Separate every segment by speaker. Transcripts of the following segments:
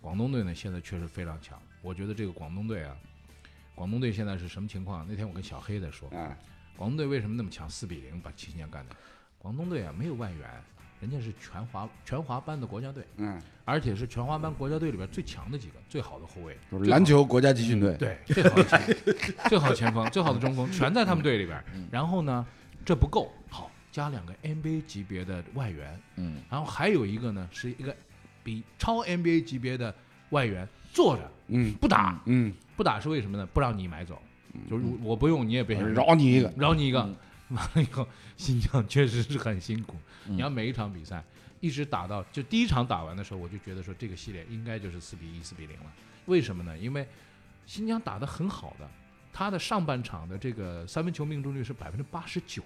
Speaker 1: 广东队呢现在确实非常强，我觉得这个广东队啊，广东队现在是什么情况？那天我跟小黑在说，
Speaker 2: 啊，
Speaker 1: 广东队为什么那么强？四比零把齐尼亚干掉。广东队啊没有外援，人家是全华全华班的国家队，
Speaker 2: 嗯，
Speaker 1: 而且是全华班国家队里边最强的几个，最好的后卫，
Speaker 2: 就
Speaker 1: 最
Speaker 2: 是篮
Speaker 1: 好
Speaker 2: 球国家集训队，
Speaker 1: 对最好的前锋最好的前锋、最好的中锋全在他们队里边。然后呢，这不够，好加两个 NBA 级别的外援，
Speaker 3: 嗯，
Speaker 1: 然后还有一个呢是一个比超 NBA 级别的外援坐着
Speaker 2: 嗯
Speaker 1: 不打，
Speaker 2: 嗯，
Speaker 1: 不打是为什么呢？不让你买走，就是我不用你也别想用
Speaker 2: 饶你嗯一个，
Speaker 1: 饶你一个
Speaker 3: 嗯。
Speaker 1: 完了以后，新疆确实是很辛苦。
Speaker 3: 嗯
Speaker 1: 你要每一场比赛一直打到就第一场打完的时候，我就觉得说这个系列应该就是四比一、四比零了。为什么呢？因为新疆打得很好的，他的上半场的这个三分球命中率是百分之八十九，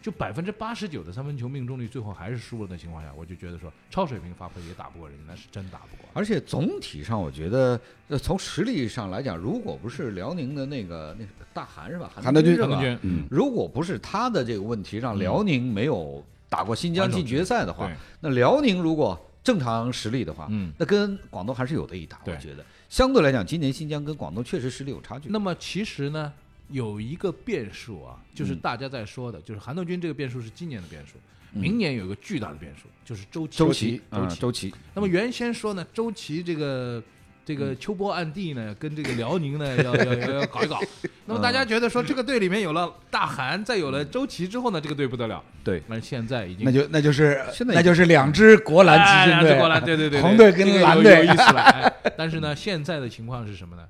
Speaker 1: 就百分之八十九的三分球命中率，最后还是输了的情况下，我就觉得说超水平发挥也打不过人家，那是真打不过。
Speaker 3: 而且总体上，我觉得呃从实力上来讲，如果不是辽宁的那个那是大韩是吧？
Speaker 2: 韩德君
Speaker 3: 是
Speaker 1: 张
Speaker 3: 吧
Speaker 1: 根？军，嗯
Speaker 2: 嗯，
Speaker 3: 如果不是他的这个问题让辽宁没有打过新疆进决赛的话
Speaker 1: 对，
Speaker 3: 那辽宁如果正常实力的话，
Speaker 1: 嗯。
Speaker 3: 那跟广东还是有的一打。我
Speaker 1: 对
Speaker 3: 觉得相对来讲，今年新疆跟广东确实实力有差距。
Speaker 1: 那么其实呢，有一个变数啊，就是
Speaker 2: 嗯
Speaker 1: 大家在说的，就是韩德君这个变数是今年的变数，
Speaker 2: 嗯
Speaker 1: 明年有一个巨大的变数，就是周琦。
Speaker 3: 周琦，
Speaker 1: 周
Speaker 3: 嗯，
Speaker 1: 琦。
Speaker 3: 周琦，
Speaker 1: 那么原先说呢，周琦这个。这
Speaker 2: 嗯
Speaker 1: 个秋波暗地呢，跟这个辽宁呢，要 要要要搞一 搞。那么大家觉得说，这个队里面有了大韩，再有了周琦之后呢，这个队不得了。
Speaker 3: 对，
Speaker 1: 那现在已经
Speaker 2: 嗯那就那就是
Speaker 3: 现在
Speaker 2: 那就是两支国篮
Speaker 1: 哎
Speaker 2: 集训
Speaker 1: 两支国篮，
Speaker 2: 队，
Speaker 1: 对对对，对
Speaker 2: 红队
Speaker 1: 这个
Speaker 2: 跟
Speaker 1: 有
Speaker 2: 蓝队
Speaker 1: 有意思了。 哎但是呢，现在的情况是什么呢？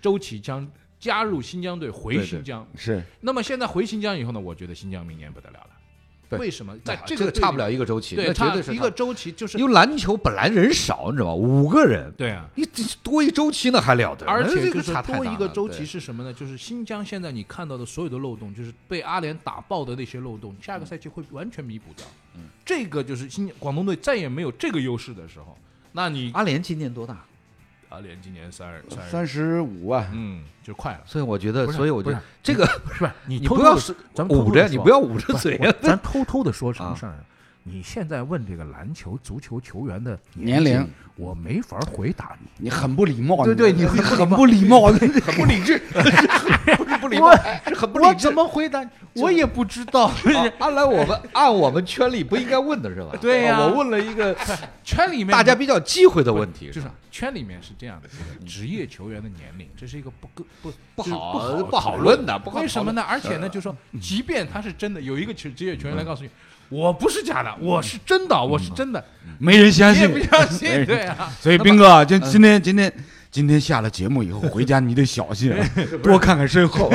Speaker 1: 周琦将加入新疆队，
Speaker 3: 对
Speaker 1: 回
Speaker 3: 对
Speaker 1: 新疆，
Speaker 2: 是
Speaker 1: 那么现在回新疆以后呢，我觉得新疆明年不得了了。
Speaker 3: 对
Speaker 1: 为什么？在
Speaker 3: 哎
Speaker 1: 这
Speaker 3: 这
Speaker 1: 个
Speaker 3: 个
Speaker 1: 队
Speaker 3: 差不
Speaker 1: 里
Speaker 3: 了一个周琦，
Speaker 1: 对，
Speaker 3: 那绝
Speaker 1: 差
Speaker 3: 对是
Speaker 1: 一
Speaker 3: 差
Speaker 1: 个周琦，就是
Speaker 3: 因为篮球本来人少，你知道吧？五个人，
Speaker 1: 对啊。
Speaker 3: 你这多一周期那还了得？
Speaker 1: 而
Speaker 3: 那
Speaker 1: 且
Speaker 3: 这
Speaker 1: 就
Speaker 3: 个
Speaker 1: 是
Speaker 3: 差太
Speaker 1: 多
Speaker 3: 大
Speaker 1: 一个
Speaker 3: 了
Speaker 1: 周
Speaker 3: 对
Speaker 1: 琦是什么呢？就是新疆现在你看到的所有的漏洞，就是被阿联打爆的那些漏洞，下个赛季会完全弥补掉。嗯，这个就是新广东队再也没有这个优势的时候，那你
Speaker 3: 阿联今年多大？
Speaker 1: 阿联今年三十三十，
Speaker 2: 三十五啊，
Speaker 1: 嗯，就快了，
Speaker 3: 所以我觉得，
Speaker 1: 不是
Speaker 3: 所以我
Speaker 1: 不
Speaker 3: 觉
Speaker 1: 是
Speaker 3: 得这个
Speaker 1: 是吧？你
Speaker 3: 你
Speaker 1: 偷
Speaker 3: 不
Speaker 1: 偷
Speaker 3: 要
Speaker 1: 地
Speaker 3: 是
Speaker 1: 咱们偷
Speaker 3: 捂
Speaker 1: 偷
Speaker 3: 着，
Speaker 1: 地
Speaker 3: 你
Speaker 1: 说
Speaker 3: 不要捂着
Speaker 1: 不是
Speaker 3: 嘴
Speaker 1: 我
Speaker 3: 啊。
Speaker 1: 咱偷偷的说什么
Speaker 3: 啊
Speaker 1: 事儿？你现在问这个篮球、足球球员的
Speaker 2: 年龄
Speaker 1: 纪，我没法回答你。
Speaker 2: 你很不礼貌，
Speaker 3: 对对你
Speaker 2: 很不礼貌，
Speaker 3: 啊 很不理智，不是不礼貌，是很不理智。
Speaker 1: 么回答？我也不知 道。
Speaker 3: 啊按来我们按我们圈里不应该问的是吧？
Speaker 1: 对呀
Speaker 3: 啊我问了一个
Speaker 1: 圈里面
Speaker 3: 大家比较忌讳的问题，
Speaker 1: 就是是
Speaker 3: 吧
Speaker 1: 圈里面是这样的，这个职业球员的年龄，这是一个不够不
Speaker 3: 不
Speaker 1: 就是
Speaker 3: 好
Speaker 1: 不
Speaker 3: 不好
Speaker 1: 讨嗯
Speaker 3: 论的不好
Speaker 1: 为什么呢？而且呢，就说即便他是真的，有一个球职业球员来告诉你，我不是假的，我是真的，我是真的，
Speaker 2: 没人相
Speaker 1: 嗯 你也
Speaker 2: 信哎嗯
Speaker 1: 不。相 信， 对啊。
Speaker 2: 所以，
Speaker 1: 那么
Speaker 2: 斌哥，今今天今天今天下了节目以后，回家你得小 心啊，多看看身后。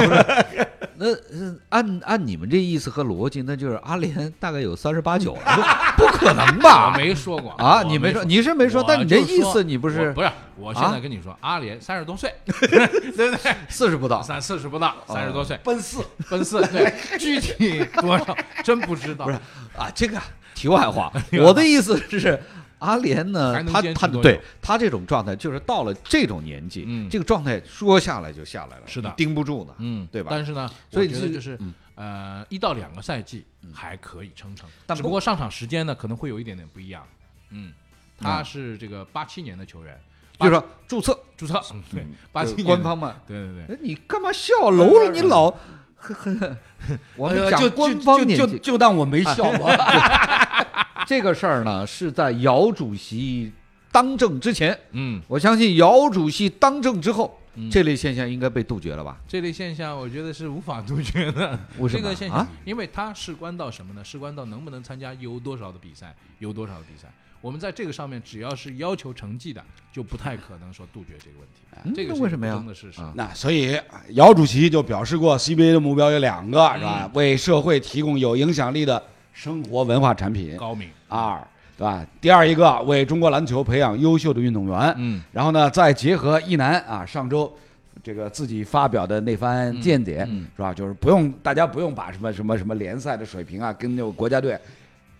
Speaker 3: 那呃按按你们这意思和逻辑，那就是阿联 大概有三十八九 了，不可能
Speaker 1: 我
Speaker 3: 吧？
Speaker 1: 没说过
Speaker 3: 啊，
Speaker 1: 我
Speaker 3: 你
Speaker 1: 没
Speaker 3: 没说，你是没说，
Speaker 1: 我
Speaker 3: 但你这
Speaker 1: 就
Speaker 3: 意
Speaker 1: 说
Speaker 3: 思你不
Speaker 1: 我
Speaker 3: 是
Speaker 1: 不是？我现
Speaker 3: 啊
Speaker 1: 在跟你说，阿联三十多 岁，对不对？
Speaker 3: 四十不到，啊
Speaker 1: 三四十不到，
Speaker 3: 哦
Speaker 1: 三十多岁，
Speaker 3: 奔四
Speaker 1: 奔四， 对，具体多少真不知道。
Speaker 3: 不是啊？这个 题 外话，我的意思是。阿联呢
Speaker 1: 还，能
Speaker 3: 他
Speaker 1: 坚持
Speaker 3: 他
Speaker 1: 多久
Speaker 3: 对他这种状态，就是到了这种年纪，
Speaker 1: 嗯
Speaker 3: 这个状态说下来就下来了，
Speaker 1: 是的
Speaker 3: 你盯不住呢。
Speaker 1: 嗯，
Speaker 3: 对吧
Speaker 1: 但是呢，
Speaker 3: 所以
Speaker 1: 我觉得
Speaker 3: 是
Speaker 1: 就是
Speaker 3: 嗯
Speaker 1: 呃，一到两个赛季还可以撑撑，
Speaker 3: 但
Speaker 1: 只
Speaker 3: 不
Speaker 1: 不过上场时间呢可能会有一点点不一样。嗯，他是这个八七年的球员，
Speaker 3: 就是
Speaker 1: 八
Speaker 3: 说注册，
Speaker 1: 注册，嗯 对，八七
Speaker 3: 呃
Speaker 1: 年
Speaker 3: 官
Speaker 1: 的，
Speaker 3: 方嘛，
Speaker 1: 对对对。
Speaker 3: 哎，你干嘛笑楼了？你 老，呵呵，我
Speaker 2: 哎
Speaker 3: 们
Speaker 2: 呀
Speaker 3: 讲
Speaker 2: 就
Speaker 3: 官
Speaker 2: 就
Speaker 3: 方
Speaker 2: 就
Speaker 3: 年
Speaker 2: 就
Speaker 3: 纪
Speaker 2: 就当我没笑过。
Speaker 1: 啊
Speaker 3: 这个事儿呢，是在姚主席当政之前，
Speaker 1: 嗯，
Speaker 3: 我相信姚主席当政之后，
Speaker 1: 嗯
Speaker 3: 这类现象应该被杜绝了吧？
Speaker 1: 这类现象我觉得是无法杜绝的。
Speaker 3: 为什
Speaker 1: 这
Speaker 3: 么
Speaker 1: 个现象
Speaker 3: 啊，
Speaker 1: 因为它事关到什么呢？事关到能不能参加有多少的比赛，有多少的比赛。我们在这个上面，只要是要求成绩的，就不太可能说杜绝这个问题。这个
Speaker 3: 嗯那
Speaker 1: 是
Speaker 3: 为什么呀
Speaker 1: 不争的事实。
Speaker 3: 啊
Speaker 2: 那所以，姚主席就表示过，CBA 的目标有两个，是吧？为社会提供有影响力的生活文化产品。
Speaker 1: 高明，
Speaker 2: 二，对吧？第二一个，为中国篮球培养优秀的运动员。
Speaker 1: 嗯，
Speaker 2: 然后呢，再结合一男啊上周这个自己发表的那番见解，
Speaker 1: 嗯嗯
Speaker 2: 是吧？就是不用大家不用把什么什么什么联赛的水平啊跟那个国家队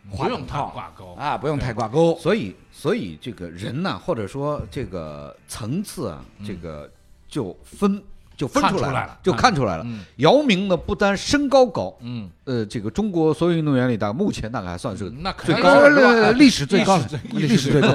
Speaker 1: 嗯不用太
Speaker 2: 划等号
Speaker 1: 挂钩。
Speaker 3: 哎
Speaker 2: 啊不用太挂钩。
Speaker 3: 所以，所以这个人呐，或者说这个层次啊，这个就分就分
Speaker 1: 看
Speaker 3: 出
Speaker 1: 出
Speaker 3: 来
Speaker 1: 来了
Speaker 3: 就
Speaker 1: 看
Speaker 3: 看出来了
Speaker 1: 嗯。
Speaker 3: 姚明呢，不单身高高，
Speaker 1: 嗯，
Speaker 3: 呃，这个中国所有运动员里，大概目前大概还算是
Speaker 1: 那肯
Speaker 3: 最
Speaker 1: 定
Speaker 3: 高
Speaker 1: 是
Speaker 3: 了，
Speaker 2: 历史最高
Speaker 1: 历史最
Speaker 2: 历史最高，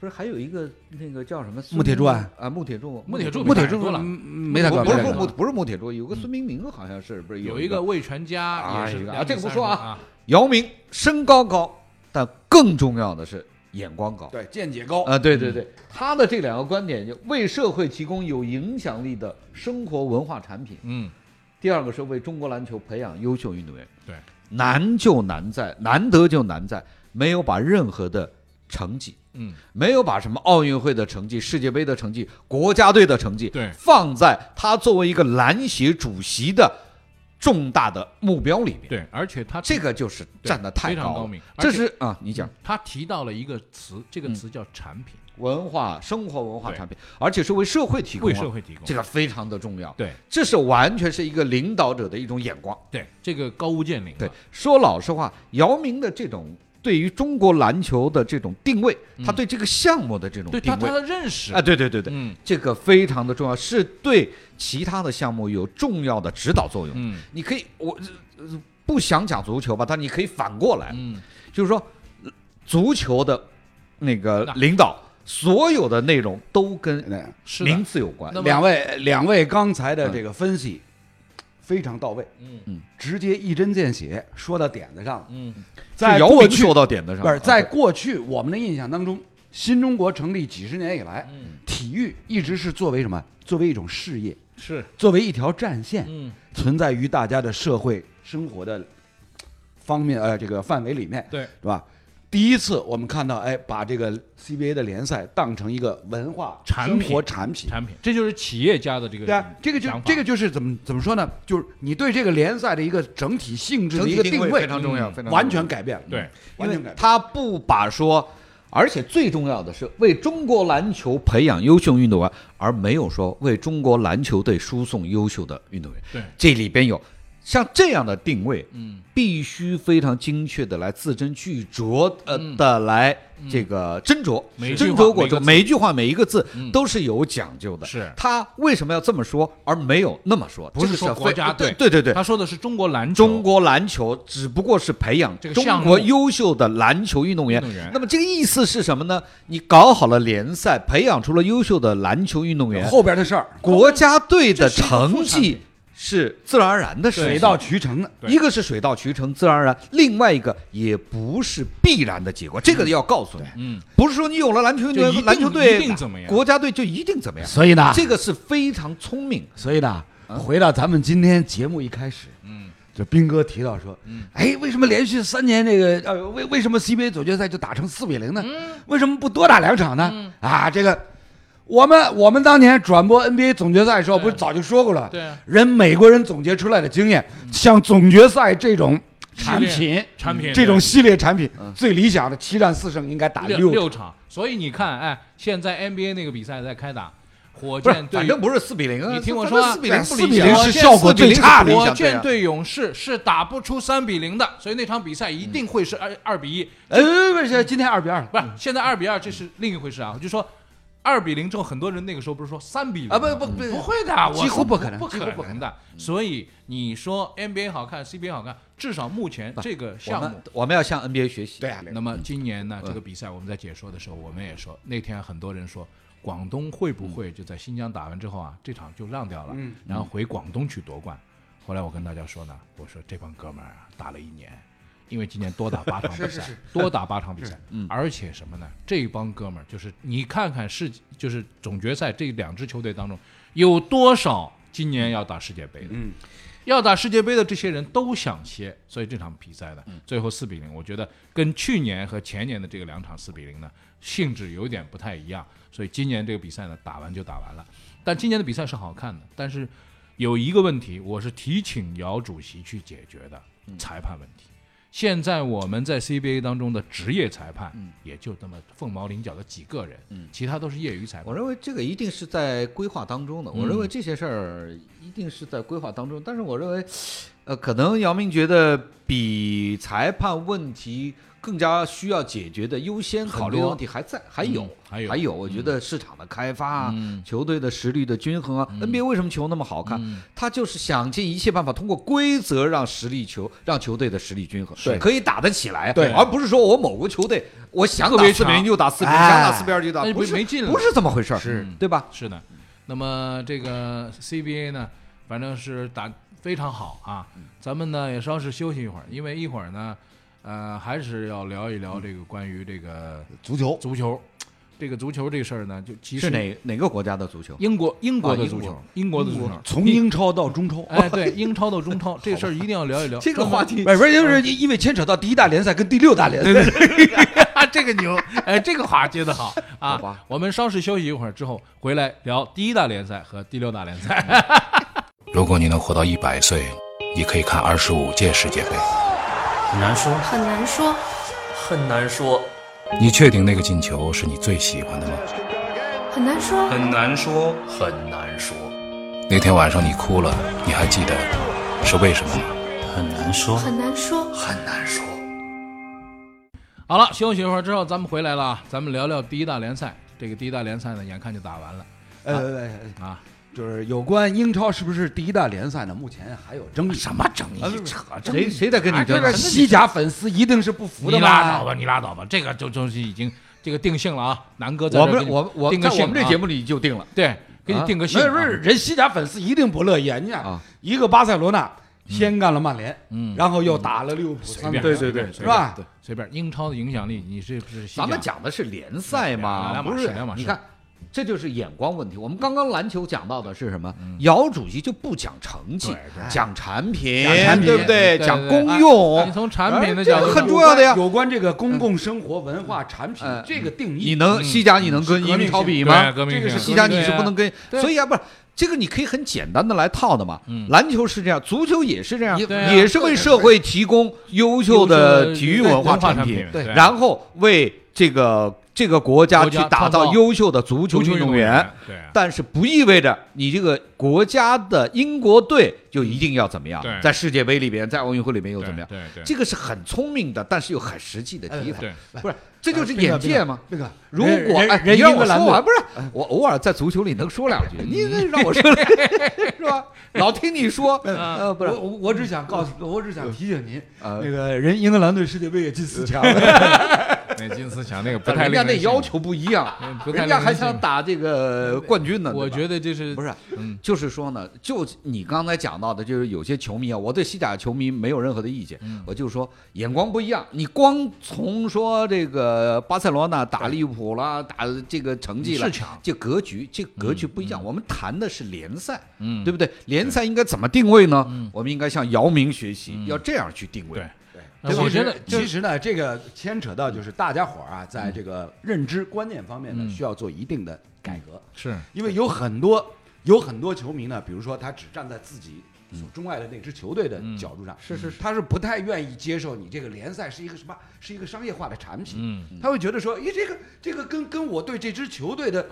Speaker 3: 不是还有一个那个叫什么？
Speaker 2: 穆铁柱啊
Speaker 3: 啊，啊，穆铁柱，
Speaker 1: 穆铁柱
Speaker 3: 穆铁
Speaker 1: 没
Speaker 3: 柱
Speaker 1: 看多了
Speaker 2: 嗯没太
Speaker 3: 不
Speaker 2: 管，
Speaker 3: 不
Speaker 2: 没
Speaker 3: 是
Speaker 2: 太
Speaker 1: 过过
Speaker 2: 管
Speaker 3: 穆不是穆铁柱，有个孙明明好像是不是
Speaker 1: 有
Speaker 3: 一
Speaker 1: 一个魏全家
Speaker 3: 啊
Speaker 1: 也
Speaker 3: 有
Speaker 1: 是
Speaker 3: 一个
Speaker 1: 两
Speaker 3: 啊
Speaker 1: 米
Speaker 3: 这个不
Speaker 1: 三十
Speaker 3: 说
Speaker 1: 多
Speaker 3: 啊
Speaker 1: 啊，
Speaker 3: 姚明身高高，但更重要的是眼光高。
Speaker 2: 对见解
Speaker 1: 哦
Speaker 2: 高，
Speaker 3: 啊，
Speaker 1: 嗯
Speaker 3: 对对对，他的这两个观点就为社会提供有影响力的生活文化产品，
Speaker 1: 嗯，
Speaker 3: 第二个是为中国篮球培养优秀运动员。
Speaker 1: 对，
Speaker 3: 难就难在难得就难在没有把任何的成绩，
Speaker 1: 嗯，
Speaker 3: 没有把什么奥运会的成绩、世界杯的成绩、国家队的成绩，
Speaker 1: 对
Speaker 3: 放在他作为一个篮协主席的重大的目标里面。
Speaker 1: 对，而且他
Speaker 3: 这个就是
Speaker 1: 对
Speaker 3: 站得太
Speaker 1: 非常
Speaker 3: 高
Speaker 1: 高
Speaker 3: 了，
Speaker 1: 明，
Speaker 3: 这
Speaker 1: 而且嗯
Speaker 3: 是啊，你讲。嗯
Speaker 1: 他提到了一个词，这个词叫产品，
Speaker 3: 文化、生活文化
Speaker 1: 对
Speaker 3: 产品，而且是为社会提供
Speaker 1: 为
Speaker 3: 啊，
Speaker 1: 社会提供
Speaker 3: 这个非常的重要。
Speaker 1: 对
Speaker 3: 这是完全是一个领导者的一种眼光。
Speaker 1: 对，这个高屋建瓴啊了，
Speaker 3: 对，说老实话，姚明的这种对于中国篮球的这种定位，
Speaker 1: 嗯
Speaker 3: 他对这个项目的这种
Speaker 1: 对
Speaker 3: 定
Speaker 1: 他他
Speaker 3: 位
Speaker 1: 的认识
Speaker 3: 啊，，对对对对，
Speaker 1: 嗯
Speaker 3: 这个非常的重要，是对其他的项目有重要的指导作用。
Speaker 1: 嗯
Speaker 3: 你可以，我呃不想讲足球吧，但你可以反过来，
Speaker 1: 嗯，
Speaker 3: 就是说，足球的那个
Speaker 1: 那
Speaker 3: 领导，所有的内容都跟
Speaker 2: 对
Speaker 1: 是
Speaker 3: 名
Speaker 1: 的，
Speaker 3: 次有关
Speaker 1: 那。么
Speaker 2: 两位两位刚才的这个分析非常到位，
Speaker 1: 嗯
Speaker 2: 直接一针见血，说到点子上了。
Speaker 1: 嗯
Speaker 2: 在
Speaker 3: 是姚
Speaker 2: 过
Speaker 3: 明
Speaker 2: 去
Speaker 3: 说到点子上啊
Speaker 2: 不
Speaker 1: 啊
Speaker 3: 了，
Speaker 2: 是在过去我们的印象当中，新中国成立几十年以来，
Speaker 1: 嗯
Speaker 2: 体育一直是作为什么？作为一种事业，
Speaker 1: 是，
Speaker 2: 作为一条战线，
Speaker 1: 嗯
Speaker 2: 存在于大家的社会生活的方面呃这个范围里面，
Speaker 1: 对，
Speaker 2: 是吧？第一次我们看到，哎，把这个 CBA 的联赛当成一个文化
Speaker 1: 产
Speaker 2: 生
Speaker 1: 品
Speaker 2: 活产品，
Speaker 1: 产品，这就是企业家的这个
Speaker 2: 对啊，这个就
Speaker 1: 想法
Speaker 2: 这个就是怎么怎么说呢？就是你对这个联赛的一个整体性质
Speaker 3: 整
Speaker 2: 的一
Speaker 3: 体
Speaker 2: 个
Speaker 3: 定
Speaker 2: 定
Speaker 3: 非常重要，非常
Speaker 2: 完全改变了，
Speaker 1: 对，
Speaker 2: 完全
Speaker 3: 嗯因为
Speaker 2: 改变了。
Speaker 3: 他不把说，而且最重要的是为中国篮球培养优秀运动员，而没有说为中国篮球队输送优秀的运动员。
Speaker 1: 对，
Speaker 3: 这里边有像这样的定位，
Speaker 1: 嗯
Speaker 3: 必须非常精确的来字斟句酌呃
Speaker 1: 嗯
Speaker 3: 的来这个斟酌，
Speaker 1: 每句
Speaker 3: 斟
Speaker 1: 话
Speaker 3: 酌
Speaker 1: 每
Speaker 3: 过之
Speaker 1: 个
Speaker 3: 后，
Speaker 1: 字
Speaker 3: 每一句话每一个字
Speaker 1: 嗯
Speaker 3: 都是有讲究的。
Speaker 1: 是，
Speaker 3: 他为什么要这么说，而没有那么说？
Speaker 1: 不是
Speaker 3: 这个
Speaker 1: 说
Speaker 3: 非
Speaker 1: 国家
Speaker 3: 对
Speaker 1: 队
Speaker 3: 对对对，
Speaker 1: 他说的是中国篮球，
Speaker 3: 中国篮球只不过是培养
Speaker 1: 这个
Speaker 3: 中
Speaker 1: 项目
Speaker 3: 国优秀的篮球运动员。
Speaker 1: 运动员
Speaker 3: 那么这个意思是什么呢？你搞好了联赛，培养出了优秀的篮球运动员，
Speaker 2: 后边的事儿
Speaker 3: 国家队
Speaker 1: 这
Speaker 3: 的
Speaker 1: 是一个
Speaker 3: 成
Speaker 1: 副产
Speaker 3: 绩
Speaker 1: 品
Speaker 3: 是自然而然的事情。
Speaker 2: 水到渠成的，
Speaker 1: 对
Speaker 3: 一个是水到渠成，自然而然；另外一个也不是必然的结果，这个要告诉你，
Speaker 1: 嗯，
Speaker 3: 不是说你有了篮球运动
Speaker 1: 就一
Speaker 3: 员、
Speaker 1: 定
Speaker 3: 篮球队、
Speaker 1: 一定怎么样
Speaker 3: 国家队就一定怎么样。
Speaker 2: 所以呢
Speaker 3: 这个是非常聪明的。
Speaker 2: 所以呢，回到咱们今天节目一开始，
Speaker 1: 啊嗯，
Speaker 2: 就斌哥提到说，哎，为什么连续三年这个呃，为为什么 CBA 总决赛就打成四比零呢？
Speaker 1: 嗯
Speaker 2: 为什么不多打两场呢？啊，这个我们我们当年转播 NBA 总决赛的时候，
Speaker 1: 对
Speaker 2: 不是早就说过了，
Speaker 1: 对啊
Speaker 2: 人美国人总结出来的经验，像总决赛这种产
Speaker 1: 系
Speaker 2: 品
Speaker 1: 列。产品
Speaker 2: 这种
Speaker 1: 对嗯
Speaker 2: 系列产品最理想的七战四胜应该打
Speaker 1: 六
Speaker 2: 六
Speaker 1: 场，所以你看，哎，现在 NBA 那个比赛在开打，火
Speaker 3: 不是
Speaker 1: 箭，对
Speaker 3: 反
Speaker 1: 于
Speaker 3: 正不是四比零啊！
Speaker 1: 你听我
Speaker 3: 咱
Speaker 1: 说
Speaker 3: 们
Speaker 1: 啊
Speaker 3: 四比
Speaker 2: 对4比
Speaker 3: 零不理
Speaker 2: 零
Speaker 3: 想啊，
Speaker 2: 是
Speaker 3: 现在
Speaker 2: 效果
Speaker 3: 4比零
Speaker 2: 最差的
Speaker 3: 是不理
Speaker 1: 火
Speaker 3: 想对啊
Speaker 1: 箭对勇士是打不出三比零的，所以那场比赛一定会是二二比一，
Speaker 2: 哎，不是，今天二比二了
Speaker 1: 不是现在二比二，这是另一回事啊。我就说二比零之后，很多人那个时候不是说三比零
Speaker 2: 啊！不
Speaker 1: 吗
Speaker 2: 不不，
Speaker 1: 不会的，我
Speaker 2: 几乎不
Speaker 1: 不
Speaker 2: 可能
Speaker 1: 不
Speaker 2: 几乎
Speaker 1: 可
Speaker 2: 不可
Speaker 1: 能的。所以你说 NBA 好看，CBA 好看，至少目前这个
Speaker 3: 我
Speaker 1: 项目
Speaker 3: 们。我们要向 NBA 学习。
Speaker 2: 对啊，
Speaker 1: 那么今年呢，这个比赛我们在解说的时候，我们也说，那天很多人说，广东会不会就在新疆打完之后啊，这场就让掉了，然后回广东去夺冠？后来我跟大家说呢，我说这帮哥们儿啊，打了一年，因为今年多打八场比赛， 多打八场比赛，而且什么呢？这帮哥们儿就是你看看世，就是总决赛这两支球队当中有多少今年要打世界杯的？
Speaker 2: 嗯
Speaker 1: 要打世界杯的这些人都想歇，所以这场比赛呢，最后四比零，我觉得跟去年和前年的这个两场四比零呢，性质有点不太一样，所以今年这个比赛呢，打完就打完了。但今年的比赛是好看的，但是有一个问题，我是提请姚主席去解决的，
Speaker 3: 嗯
Speaker 1: 裁判问题。现在我们在 CBA 当中的职业裁判，
Speaker 3: 嗯
Speaker 1: 也就那么凤毛麟角的几个人，其他都是业余裁
Speaker 3: 我
Speaker 1: 判。
Speaker 3: 认为这个一定是在规划当中的。我
Speaker 1: 嗯
Speaker 3: 认为这些事儿一定是在规划当中，但是我认为，呃，可能姚明觉得比裁判问题更加需要解决的优先考虑的问题还在，还有，
Speaker 1: 哦嗯还有
Speaker 3: 还有，我觉得市场的开发啊，
Speaker 1: 嗯
Speaker 3: 球队的实力的均衡啊、n b a 为什么球那么好看？他就是想尽一切办法通过规则让实力球，让球队的实力均衡，
Speaker 2: 是
Speaker 3: 可以打得起来，
Speaker 1: 对
Speaker 3: 而不是说我某个球队我想
Speaker 1: 特
Speaker 3: 打
Speaker 1: 别
Speaker 3: 四比零
Speaker 1: 强
Speaker 3: 就打四比零，
Speaker 2: 哎
Speaker 3: 想打四比二就打，
Speaker 1: 那就
Speaker 3: 不是
Speaker 1: 没劲了
Speaker 3: 不是这么回事儿，
Speaker 2: 是
Speaker 3: 对吧？
Speaker 1: 是的，那么这个 CBA 呢，反正是打非常好啊。咱们呢也稍事休息一会儿，因为一会儿呢，呃，还是要聊一聊这个关于这个
Speaker 2: 足球
Speaker 1: 足球，这个足球这事儿呢，就其
Speaker 3: 是
Speaker 1: 实
Speaker 3: 哪哪个国家的足球？
Speaker 1: 英国英国
Speaker 3: 啊
Speaker 1: 的
Speaker 3: 英
Speaker 1: 足
Speaker 3: 国
Speaker 1: 球，英国的足球，
Speaker 2: 从英超到中超，
Speaker 1: 哎， 对，英超到中超这事儿一定要聊一聊。
Speaker 3: 这个话题
Speaker 2: 不是不是，就是因为牵扯到第一大联赛跟第六大联赛，
Speaker 1: 啊，这个牛，哎，这个话接的好
Speaker 3: 好
Speaker 1: 啊
Speaker 3: 吧。
Speaker 1: 我们稍事休息一会儿之后回来聊第一大联赛和第六大联赛。
Speaker 4: 如果你能活到一百岁，你可以看二十五届世界杯。
Speaker 5: 很难说，
Speaker 6: 很难说，
Speaker 5: 很难说，
Speaker 4: 你确定那个进球是你最喜欢的吗？
Speaker 6: 很难说，
Speaker 5: 很难说，很难说，
Speaker 4: 那天晚上你哭了，你还记得是为什么吗？
Speaker 5: 很难说，
Speaker 6: 很难说，
Speaker 5: 很难说。
Speaker 1: 好了，休息一会儿之后，咱们回来了啊，咱们聊聊第一大联赛。这个第一大联赛呢，眼看就打完了
Speaker 2: 呃，
Speaker 1: 啊，
Speaker 4: 嗯
Speaker 2: 就是有关英超是不是第一大联赛呢？目前还有争议。什么争议？
Speaker 3: 谁谁在跟你争
Speaker 2: 这？个西甲粉丝一定是不服的
Speaker 1: 你
Speaker 2: 吧？
Speaker 1: 拉倒吧，你拉倒吧，这个就就是已经这个定性了啊。南哥在
Speaker 3: 我
Speaker 1: 这儿
Speaker 3: 们
Speaker 1: 给你
Speaker 3: 我我
Speaker 1: 定
Speaker 3: 在
Speaker 1: 个性、
Speaker 3: 我们这节、目里就定了
Speaker 1: 啊、，对，给你
Speaker 3: 啊
Speaker 1: 定个性、
Speaker 2: 没有不是，人西甲粉丝一定不乐意啊！你想
Speaker 3: 啊，
Speaker 2: 一个巴塞罗那先干了曼联，
Speaker 1: 嗯
Speaker 2: 然后又打了利物浦
Speaker 1: 随
Speaker 2: 三比
Speaker 1: 便
Speaker 2: 二，
Speaker 3: 对对对
Speaker 1: 随
Speaker 2: 是
Speaker 1: 便
Speaker 2: 吧？
Speaker 1: 对随便，英超的影响力，你是不是西甲？
Speaker 3: 咱们讲的是联赛嘛，
Speaker 1: 两码
Speaker 3: 不
Speaker 1: 事
Speaker 3: 是
Speaker 1: 两码？事
Speaker 3: 你看，这就是眼光问题。我们刚刚篮球讲到的是什么？姚主席就不讲成绩
Speaker 1: 嗯对，
Speaker 3: 讲产品，
Speaker 2: 讲产品
Speaker 3: 对不
Speaker 1: 对对对啊
Speaker 3: 讲功用。
Speaker 1: 你从产品的角
Speaker 3: 哎
Speaker 1: 度
Speaker 3: 这
Speaker 1: 上，
Speaker 3: 个很重要的呀
Speaker 2: 有关这个公共生活文化产品
Speaker 3: 嗯
Speaker 2: 这个定义，
Speaker 3: 你能西甲你能跟
Speaker 2: 革命
Speaker 3: 英超比
Speaker 1: 性
Speaker 3: 吗？
Speaker 1: 嗯对革命
Speaker 3: 这个
Speaker 1: 性
Speaker 3: 是西甲你是
Speaker 1: 对啊
Speaker 3: 不能跟，
Speaker 1: 对
Speaker 3: 所以啊，不是这个你可以很简单的来套的嘛。
Speaker 1: 嗯
Speaker 3: 篮球是这样，足球也是这样，
Speaker 1: 也对啊啊
Speaker 3: 也是为社会提供优秀的体育文化产
Speaker 1: 品
Speaker 3: 品，，
Speaker 1: 对啊
Speaker 3: 然后为这个这个国家
Speaker 1: 国
Speaker 3: 去
Speaker 1: 家
Speaker 3: 打
Speaker 1: 创造
Speaker 3: 造优秀的足球
Speaker 1: 足球
Speaker 3: 运
Speaker 1: 运动
Speaker 3: 动员。，
Speaker 1: 对啊
Speaker 3: 但是不意味着你这个国家的英国队就一定要怎么样
Speaker 1: 对，
Speaker 3: 在世界杯里边，在奥运会里 面又
Speaker 1: 对
Speaker 3: 怎么样？
Speaker 1: 对对，
Speaker 3: 这个是很聪明的，但是又很实际的提法
Speaker 1: 对，
Speaker 3: 不是这就是眼界嘛。
Speaker 2: 那个
Speaker 3: 如果
Speaker 2: 人
Speaker 3: 哎，
Speaker 2: 人
Speaker 3: 你让
Speaker 2: 英
Speaker 3: 我
Speaker 2: 格兰
Speaker 3: 说
Speaker 2: 队
Speaker 3: 完，不是我偶尔在足球里能说两句，你你让我说两句是吧？老听你说，呃，不是
Speaker 2: 我，我我只想告诉，我只想提醒您，
Speaker 3: 呃
Speaker 2: 那个人英格兰队世界杯也进四强，
Speaker 1: 那金丝强那个不太
Speaker 3: 人家
Speaker 1: 令
Speaker 3: 那
Speaker 1: 人
Speaker 3: 要
Speaker 1: 信
Speaker 3: 求不一样
Speaker 1: 嗯，不太
Speaker 3: 人
Speaker 1: 令
Speaker 3: 家
Speaker 1: 人
Speaker 3: 还
Speaker 1: 信
Speaker 3: 想打这个冠军呢。
Speaker 1: 服，我
Speaker 3: 对吧
Speaker 1: 觉得这是
Speaker 3: 不是，
Speaker 1: 嗯
Speaker 3: 就是说呢，就你刚才讲到的，就是有些球迷啊，我对西甲球迷没有任何的意见，
Speaker 1: 嗯
Speaker 3: 我就说眼光不一样。你光从说这个巴塞罗那打利物浦啦，打这个成绩了
Speaker 1: 是强，
Speaker 3: 这格局这格局不一样。我们谈的是联赛，
Speaker 1: 嗯
Speaker 3: 对不对？联赛应该怎么定位呢？我们应该向姚明学习，要这样去定位。
Speaker 1: 嗯对
Speaker 2: 对
Speaker 1: 我
Speaker 2: 其
Speaker 1: 觉
Speaker 2: 实
Speaker 1: 得就
Speaker 2: 其实呢，这个牵扯到就是大家伙儿啊，在这个认知观念方面呢，需要做一定的改革，
Speaker 1: 是
Speaker 2: 因为有很多有很多球迷呢，比如说他只站在自己所钟爱的那支球队的角度上，是是是，他是不太愿意接受你这个联赛是一个什么，是一个商业化的产品，
Speaker 1: 嗯
Speaker 2: 他会觉得说，咦，这个这个跟跟我对这支球队的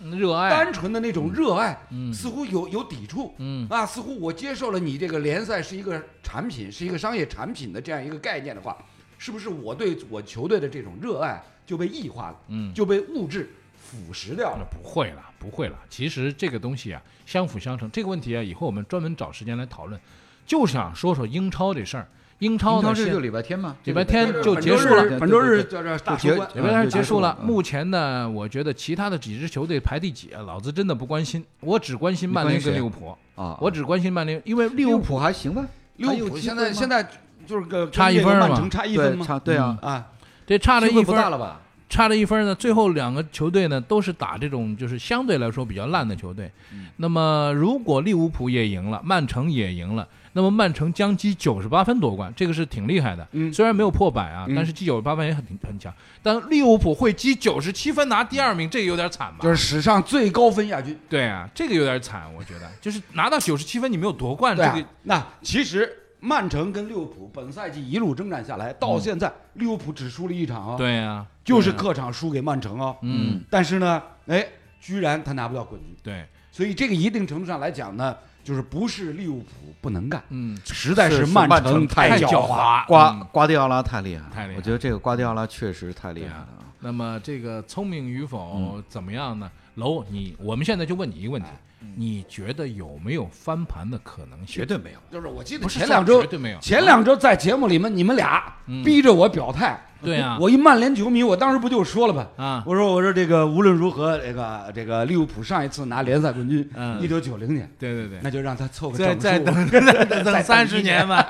Speaker 1: 热爱，
Speaker 2: 单纯的那种热爱，似乎有有抵触，
Speaker 1: 嗯
Speaker 2: 啊，似乎我接受了你这个联赛是一个产品，是一个商业产品的这样一个概念的话，是不是我对我球队的这种热爱就被异化了，
Speaker 1: 嗯
Speaker 2: 就被物质腐蚀掉
Speaker 1: 那
Speaker 2: 了？
Speaker 1: 不会了，不会了。其实这个东西啊，相辅相成。这个问题啊，以后我们专门找时间来讨论，就想说说英超这事儿。英超呢
Speaker 3: 英超这就是礼拜天嘛，
Speaker 1: 礼拜天就
Speaker 2: 本
Speaker 1: 结
Speaker 2: 周
Speaker 1: 束了
Speaker 2: 日，本周日叫这大收
Speaker 3: 就结
Speaker 2: 官，
Speaker 1: 礼拜天
Speaker 3: 嗯
Speaker 1: 结束了。
Speaker 3: 嗯
Speaker 1: 目前呢，我觉得其他的几支球队排第几啊，老子真的不关心，我只关心曼联跟利物浦，
Speaker 3: 啊，
Speaker 1: 我只关心曼联，因为利
Speaker 3: 利
Speaker 1: 物
Speaker 3: 物
Speaker 1: 浦
Speaker 3: 浦还行吧，
Speaker 2: 利
Speaker 3: 还有
Speaker 2: 物浦
Speaker 3: 机
Speaker 2: 现
Speaker 3: 会
Speaker 2: 在
Speaker 3: 吗
Speaker 2: 现在就是个
Speaker 1: 差一
Speaker 2: 跟这个
Speaker 1: 分儿
Speaker 2: 曼
Speaker 1: 嘛
Speaker 2: 城差一
Speaker 3: 对
Speaker 2: 分，吗？
Speaker 3: 差对啊，
Speaker 2: 啊，
Speaker 1: 嗯这差了
Speaker 3: 机会
Speaker 1: 一
Speaker 3: 不
Speaker 1: 分
Speaker 3: 大
Speaker 1: 儿，
Speaker 3: 了吧？
Speaker 1: 差了一分呢，最后两个球队呢都是打这种就是相对来说比较烂的球队。
Speaker 2: 嗯
Speaker 1: 那么如果利物浦也赢了，曼城也赢了，那么曼城将积九十八分夺冠，这个是挺厉害的。
Speaker 2: 嗯
Speaker 1: 虽然没有破百啊，
Speaker 2: 嗯
Speaker 1: 但是积九十八分也很很强。但利物浦会积九十七分拿第二名，这个有点惨吧？
Speaker 2: 就是史上最高分亚军。
Speaker 1: 对啊，这个有点惨，我觉得就是拿到九十七分你没有夺冠，这
Speaker 2: 对啊
Speaker 1: 个，
Speaker 2: 那其实曼城跟利物浦本赛季一路征战下来，到现在利物浦只输了一场啊，
Speaker 1: 嗯对啊，
Speaker 2: 就是
Speaker 1: 对啊
Speaker 2: 客场输给曼城啊。
Speaker 1: 嗯
Speaker 2: 但是呢，哎，居然他拿不到冠军，
Speaker 1: 对。
Speaker 2: 所以这个一定程度上来讲呢，就是不是利物浦不能干，
Speaker 1: 嗯，
Speaker 2: 实在
Speaker 3: 是
Speaker 2: 曼
Speaker 3: 曼城
Speaker 2: 太
Speaker 3: 太
Speaker 1: 狡
Speaker 2: 猾。
Speaker 3: 瓜
Speaker 1: 嗯
Speaker 3: 瓜迪奥拉太厉害了，
Speaker 1: 太厉害
Speaker 3: 我觉得这个瓜迪奥拉确实太厉害了。
Speaker 1: 那么这个聪明与否怎么样呢？楼，你我们现在就问你一个问题，你觉得有没有翻盘的可能性？
Speaker 3: 对没有，
Speaker 2: 就是我记得
Speaker 1: 不是
Speaker 2: 前
Speaker 1: 说
Speaker 2: 两周
Speaker 1: 绝对没有
Speaker 2: 前两周在节目里面，你们俩逼着我表态。
Speaker 1: 对啊
Speaker 2: 我一曼联球迷，我当时不就说了吗？
Speaker 1: 啊
Speaker 2: 我说我说这个无论如何，这个这个利物浦上一次拿联赛冠军，
Speaker 1: 嗯
Speaker 2: 一九九零年，
Speaker 1: 对对对，
Speaker 2: 那就让他凑个
Speaker 1: 再
Speaker 2: 整
Speaker 1: 再
Speaker 2: 数啊
Speaker 1: 等 再等
Speaker 2: 等
Speaker 1: 三
Speaker 2: 一
Speaker 1: 十年吧，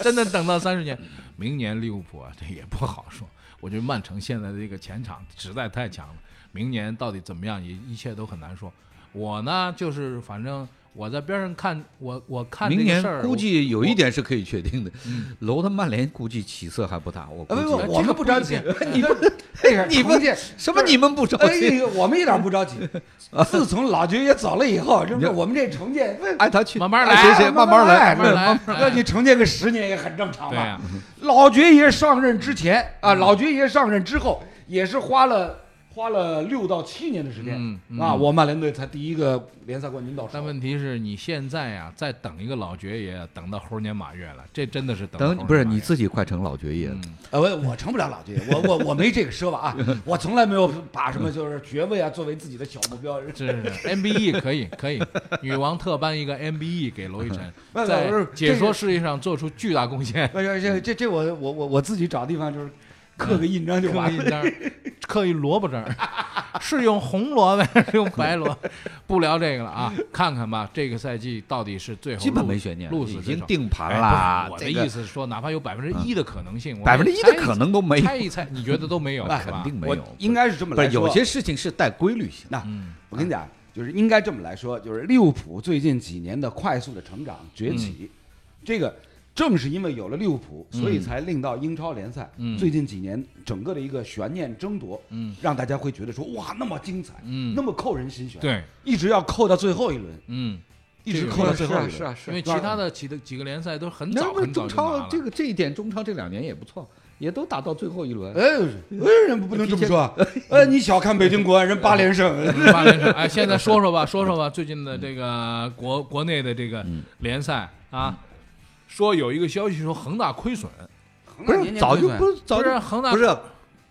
Speaker 1: 真的等到三十年，明年利物浦啊，这也不好说。我觉得曼城现在的这个前场实在太强了，明年到底怎么样也一切都很难说。我呢，就是反正我在边上看，我我看
Speaker 3: 明
Speaker 1: 这个
Speaker 3: 年
Speaker 1: 事儿，
Speaker 3: 估计有一点是可以确定的
Speaker 1: 嗯，
Speaker 3: 楼的曼联估计起色还不大。我估
Speaker 2: 呃，
Speaker 3: 计
Speaker 2: 不不，我们不着急
Speaker 1: 这，
Speaker 2: 你不，哎 呀，
Speaker 3: 你不
Speaker 2: 重建
Speaker 3: 什么你们不着
Speaker 2: 哎
Speaker 3: 急？
Speaker 2: 呀，我们一点不着急。自从老爵爷走了以后，就是我们这重建，问
Speaker 3: 按他去，
Speaker 1: 啊慢慢来
Speaker 3: 哎谁谁
Speaker 2: 慢
Speaker 3: 慢
Speaker 2: 来，
Speaker 3: 来，
Speaker 1: 慢慢来哎
Speaker 2: 慢让你重建个十年也很正常
Speaker 1: 对啊嗯
Speaker 2: 吧
Speaker 1: 呀？、
Speaker 2: 老爵爷上任之前啊，老爵爷上任之后，也是花了花了六到七年的时间
Speaker 1: 嗯嗯
Speaker 2: 啊，我曼联队才第一个联赛冠军到手
Speaker 1: 但。问题是你现在呀、再等一个老爵爷，等到猴年马月了，这真的是等到
Speaker 3: 等
Speaker 1: 猴
Speaker 3: 不是
Speaker 1: 年马
Speaker 3: 你
Speaker 1: 月
Speaker 3: 自己快成老爵爷了。
Speaker 1: 嗯
Speaker 2: 呃，我我成不了老爵爷，我我我没这个奢望啊，我从来没有把什么就是爵位啊作为自己的小目标。，
Speaker 1: 是是是 MBE 可以可以，女王特颁一个 MBE 给罗一晨
Speaker 2: 不是
Speaker 1: 在
Speaker 2: 不是
Speaker 1: 解说事业上做出巨大贡献。
Speaker 2: 不是这这这我我我我自己找地方就是刻个印章就
Speaker 1: 嗯刻
Speaker 2: 完
Speaker 1: 一
Speaker 2: 了。
Speaker 1: 张，刻一萝卜章， 是用红萝卜还是用白萝卜？不聊这个了啊，看看吧，这个赛季到底是最后
Speaker 3: 基本
Speaker 1: 鹿
Speaker 3: 没悬念，
Speaker 1: 鹿死
Speaker 3: 已
Speaker 1: 谁
Speaker 3: 经
Speaker 1: 手
Speaker 3: 定盘
Speaker 1: 哎
Speaker 3: 啦。
Speaker 1: 不是
Speaker 3: 这
Speaker 1: 我的
Speaker 3: 个
Speaker 1: 意思是说，哪怕有百分之一的可能性，
Speaker 3: 百分之一的可能都没
Speaker 1: 能
Speaker 3: 有，
Speaker 1: 猜一猜，你觉得都没有？
Speaker 3: 那
Speaker 1: 是吧
Speaker 3: 肯定 没
Speaker 2: 我
Speaker 3: 有。
Speaker 2: 应该是这么
Speaker 3: 不
Speaker 2: 来
Speaker 3: 是
Speaker 2: 说。
Speaker 3: 有些事情是带规律性的。
Speaker 2: 那
Speaker 1: 嗯
Speaker 2: 我跟你讲，就是应该这么来说，就是利物浦最近几年的快速的成长崛起，这个正是因为有了利物浦，所以才令到英超联赛
Speaker 1: 嗯
Speaker 2: 最近几年整个的一个悬念争夺，
Speaker 1: 嗯，
Speaker 2: 让大家会觉得说哇那么精彩，
Speaker 1: 嗯
Speaker 2: 那么扣人心弦，，
Speaker 1: 对，
Speaker 2: 一直要扣到最后一轮，
Speaker 1: 嗯，
Speaker 2: 一直
Speaker 1: 这个
Speaker 2: 扣到最
Speaker 3: 是
Speaker 2: 后一
Speaker 3: 啊
Speaker 2: 轮，
Speaker 3: 是啊
Speaker 1: 因
Speaker 3: 是啊
Speaker 1: 为。其他的几的几个联赛都很早
Speaker 3: 不是
Speaker 1: 很早
Speaker 3: 中
Speaker 1: 就拿
Speaker 3: 超
Speaker 1: 了
Speaker 3: 这个这一点，中超这两年也不错，也都打到最后一轮。
Speaker 2: 哎，哎，人不能这么说啊，
Speaker 3: 哎
Speaker 2: 呃，你小看北京国安，人八连胜，
Speaker 1: 八连胜。哎，现在说 说吧，说说吧，最近的这个国国内的这个
Speaker 3: 嗯
Speaker 1: 联赛啊，说有一个消息说恒大亏损，
Speaker 3: 不是早就不是早
Speaker 1: 不是
Speaker 3: 就
Speaker 1: 恒大
Speaker 3: 不是，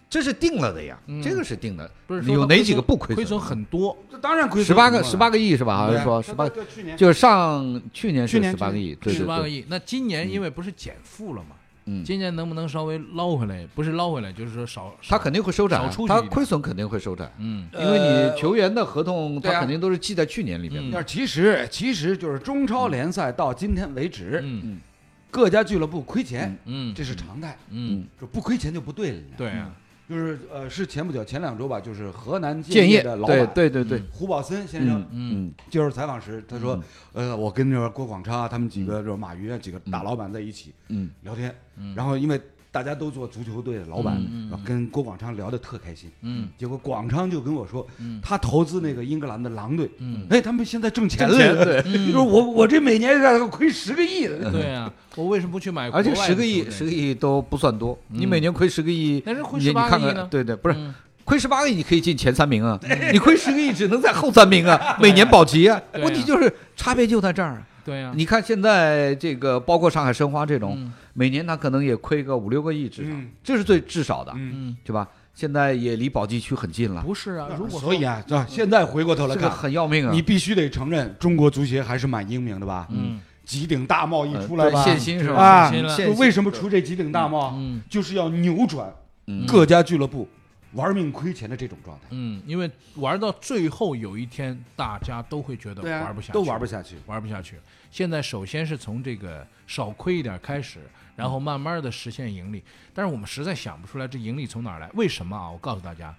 Speaker 3: 这是定了的呀，这个是定的。
Speaker 1: 不是说
Speaker 3: 有
Speaker 1: 它
Speaker 3: 哪
Speaker 1: 亏
Speaker 3: 几个
Speaker 1: 损
Speaker 3: 不亏
Speaker 1: 亏损
Speaker 3: 损？
Speaker 1: 很多，
Speaker 2: 这当然亏损，
Speaker 3: 十八个十八个亿是吧？好
Speaker 2: 对啊，
Speaker 3: 像说
Speaker 2: 这
Speaker 3: 十八
Speaker 2: 这，这去年
Speaker 3: 就是上去年
Speaker 2: 去
Speaker 3: 是
Speaker 2: 年
Speaker 3: 十八个亿，对
Speaker 1: 十
Speaker 3: 对
Speaker 1: 八个
Speaker 3: 对，
Speaker 1: 亿。那今年因为不是减负了嘛，
Speaker 3: 嗯
Speaker 1: 今年能不能稍微捞回来？不是捞回来，就是说少，
Speaker 3: 他
Speaker 1: 少
Speaker 3: 肯定会收窄
Speaker 1: 少
Speaker 3: 啊
Speaker 1: 出，去
Speaker 3: 他
Speaker 1: 一点
Speaker 3: 亏损肯定会收窄，
Speaker 1: 嗯
Speaker 3: 因为
Speaker 2: 呃
Speaker 3: 你球员的合
Speaker 1: 呃
Speaker 3: 同
Speaker 2: 对啊
Speaker 3: 他肯定都是记在去年里面
Speaker 1: 嗯
Speaker 3: 的。
Speaker 2: 但是其实其实就是中超联赛到今天为止，
Speaker 1: 嗯
Speaker 2: 各家俱乐部亏钱，
Speaker 1: 嗯
Speaker 2: 这是常态。
Speaker 1: 嗯，
Speaker 2: 就不亏钱就不对了，
Speaker 1: 对，啊，
Speaker 2: 就是呃，是前不久前两周吧，就是河南
Speaker 3: 建业
Speaker 2: 业的
Speaker 1: 嗯
Speaker 2: 老
Speaker 3: 对
Speaker 2: 板
Speaker 3: 对对对，
Speaker 2: 胡宝森先
Speaker 3: 嗯
Speaker 2: 生
Speaker 3: 嗯
Speaker 2: 接受采访时，他说，呃，我跟着郭广昌啊他们几个就是马云啊几个大老板在一起
Speaker 3: 嗯，嗯
Speaker 2: 聊天，然后因为大家都做足球队的老板，然后跟郭广昌聊得特开心，
Speaker 1: 嗯，
Speaker 2: 结果广昌就跟我说，
Speaker 3: 嗯
Speaker 2: 他投资那个英格兰的狼队，
Speaker 1: 嗯
Speaker 2: 哎，他们现在挣钱
Speaker 3: 挣钱
Speaker 2: 了，
Speaker 3: 对 嗯
Speaker 2: 就是我我这每年大概亏十个亿的，嗯
Speaker 1: 对 啊，我为什么不去买？
Speaker 3: 嗯而且十个亿十个，亿都不算多，你每年亏十个亿，
Speaker 1: 嗯但是亏
Speaker 3: 你你
Speaker 1: 18
Speaker 3: 看
Speaker 1: 个亿
Speaker 3: 看
Speaker 1: 呢
Speaker 3: 对对，不是
Speaker 1: 嗯
Speaker 3: 亏十八个亿你可以进前三 名啊，你亏十个亿只能在后三名啊，每年保级啊。
Speaker 1: 对啊
Speaker 3: 问题就是差别就在这儿啊。
Speaker 1: 对啊，
Speaker 3: 你看现在这个，包括上海申花这种
Speaker 1: 嗯，
Speaker 3: 每年他可能也亏个五六个亿至少
Speaker 2: 嗯，
Speaker 3: 这是最至少的，
Speaker 2: 嗯
Speaker 1: 嗯，
Speaker 3: 对吧？现在也离保级区很近了，
Speaker 1: 不是啊，如果
Speaker 2: 所以啊，是吧？现在回过头来
Speaker 3: 这个
Speaker 2: 看，
Speaker 3: 很要命啊。
Speaker 2: 你必须得承认，中国足协还是蛮英明的吧？
Speaker 1: 嗯，
Speaker 2: 几顶大帽一
Speaker 3: 呃
Speaker 2: 出来吧，
Speaker 3: 对限薪是吧？
Speaker 2: 啊
Speaker 1: 限薪了
Speaker 3: 限薪
Speaker 2: 为什么出这几顶大帽？
Speaker 1: 嗯
Speaker 2: 就是要扭转
Speaker 3: 嗯
Speaker 2: 各家俱乐部玩命亏钱的这种状态，
Speaker 1: 嗯，因为玩到最后有一天，大家都会觉得玩不下去，
Speaker 2: 啊都玩不下去。
Speaker 1: 玩不下去。现在首先是从这个少亏一点开始，然后慢慢的实现盈利。但是我们实在想不出来这盈利从哪儿来，为什么啊？我告诉大家，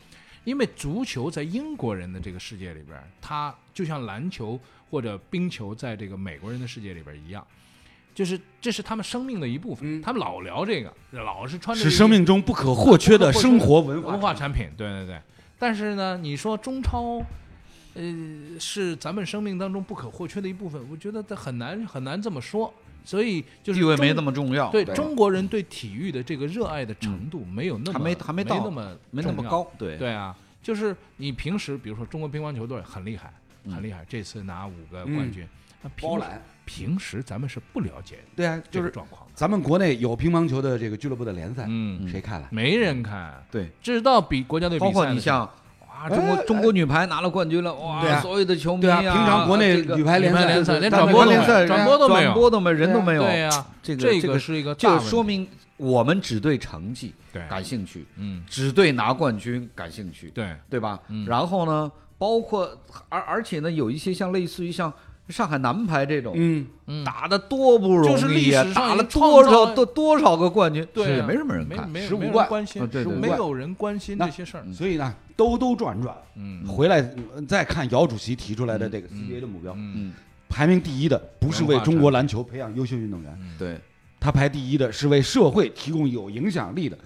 Speaker 1: 因为足球在英国人的这个世界里边儿，它就像篮球或者冰球在这个美国人的世界里边儿一样。就是这是他们生命的一部
Speaker 2: 嗯
Speaker 1: 分，他们老聊这个，老是穿着
Speaker 2: 是
Speaker 1: 这个
Speaker 2: 生命中不可或缺的生活文化。
Speaker 1: 文化产品，对对对。但是呢，你说中超，呃，是咱们生命当中不可或缺的一部分，我觉得这很难很难这么说。所以就是
Speaker 3: 地位没
Speaker 1: 中
Speaker 3: 那么重要，
Speaker 1: 对中国人对体育的这个热爱的程度没有那么
Speaker 3: 嗯还没还没到
Speaker 1: 那么
Speaker 3: 没那么
Speaker 1: 重要
Speaker 3: 高，对
Speaker 1: 对啊，
Speaker 3: 嗯
Speaker 1: 就是你平时比如说中国乒乓球队很厉害，很厉害，这次拿五个冠军，那平
Speaker 2: 包揽。
Speaker 1: 平时咱们是不了解
Speaker 2: 对啊，
Speaker 1: 这
Speaker 2: 就
Speaker 1: 个
Speaker 2: 是
Speaker 1: 状况的，
Speaker 2: 咱们国内有乒乓球的这个俱乐部的联赛，
Speaker 1: 嗯，
Speaker 2: 谁看了？
Speaker 1: 没人看，
Speaker 3: 对，
Speaker 1: 直到比国家队比赛
Speaker 3: 嗯包
Speaker 1: 的时候，
Speaker 3: 括你像哇，中
Speaker 2: 哎
Speaker 3: 国中国女排拿了冠军了，
Speaker 2: 对啊
Speaker 3: 哇，所有的球迷
Speaker 2: 对啊，平常国内
Speaker 3: 这个
Speaker 2: 女排
Speaker 1: 女排
Speaker 2: 赛
Speaker 1: 联赛
Speaker 2: 是
Speaker 1: 连
Speaker 2: 咱们
Speaker 1: 转播都没
Speaker 2: 国内
Speaker 1: 有
Speaker 2: 联赛
Speaker 1: 转播都没有
Speaker 3: 转播都没有，人都没有，
Speaker 1: 对呀，
Speaker 3: 哎这个
Speaker 1: 这
Speaker 3: 这
Speaker 1: 个
Speaker 3: 个
Speaker 1: 是一个大
Speaker 3: 就
Speaker 1: 问题
Speaker 3: 说明我们只对成绩
Speaker 1: 对，
Speaker 3: 感兴趣，
Speaker 1: 嗯，
Speaker 3: 只对拿冠军感兴趣，
Speaker 1: 对，
Speaker 3: 对吧？
Speaker 1: 嗯
Speaker 3: 然后呢，包括而而且呢，有一些像类似于像上海男排这种。
Speaker 2: 嗯，
Speaker 1: 嗯
Speaker 3: 打的多不容
Speaker 1: 就是
Speaker 3: 易
Speaker 1: 历
Speaker 3: 呀、
Speaker 1: 史上
Speaker 3: 打了
Speaker 1: 已经创
Speaker 3: 多
Speaker 1: 造
Speaker 3: 少多多少个冠军，
Speaker 1: 对
Speaker 3: 是
Speaker 1: 啊
Speaker 3: 没什么人
Speaker 1: 没
Speaker 3: 看。
Speaker 1: 没有
Speaker 2: 十五
Speaker 1: 没有人
Speaker 2: 冠
Speaker 1: 关心，
Speaker 3: 啊对
Speaker 1: 十五
Speaker 3: 对嗯
Speaker 1: 没
Speaker 3: 对
Speaker 1: 有人关心
Speaker 2: 那
Speaker 1: 这些事儿，
Speaker 2: 所以呢，兜兜转转
Speaker 1: 嗯
Speaker 2: 回来呃再看姚主席提出来的这个
Speaker 1: 嗯
Speaker 2: CBA 的目标，
Speaker 1: 嗯
Speaker 3: 嗯，
Speaker 2: 排名第一的不是为中国篮球培养优秀运动员，
Speaker 3: 对，
Speaker 2: 他排第一的是为社会提供有影响力的